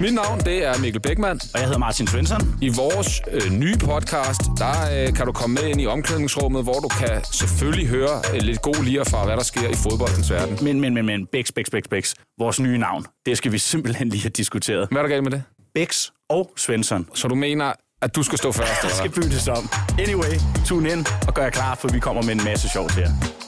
Mit navn, det er Mikkel Bækman. Og jeg hedder Martin Svensson. I vores øh, nye podcast, der øh, kan du komme med ind i omklædningsrummet, hvor du kan selvfølgelig høre øh, lidt god lire fra, hvad der sker i fodboldens verden. Men, men, men, men, Bex, Bex, Bex, Bex. Vores nye navn. Det skal vi simpelthen lige have diskuteret. Hvad er der galt med det? Bex og Svensson. Så du mener, at du skal stå først? Der Eller? skal byttes om. Anyway, tune in og gør jer klar, for vi kommer med en masse sjov til jer.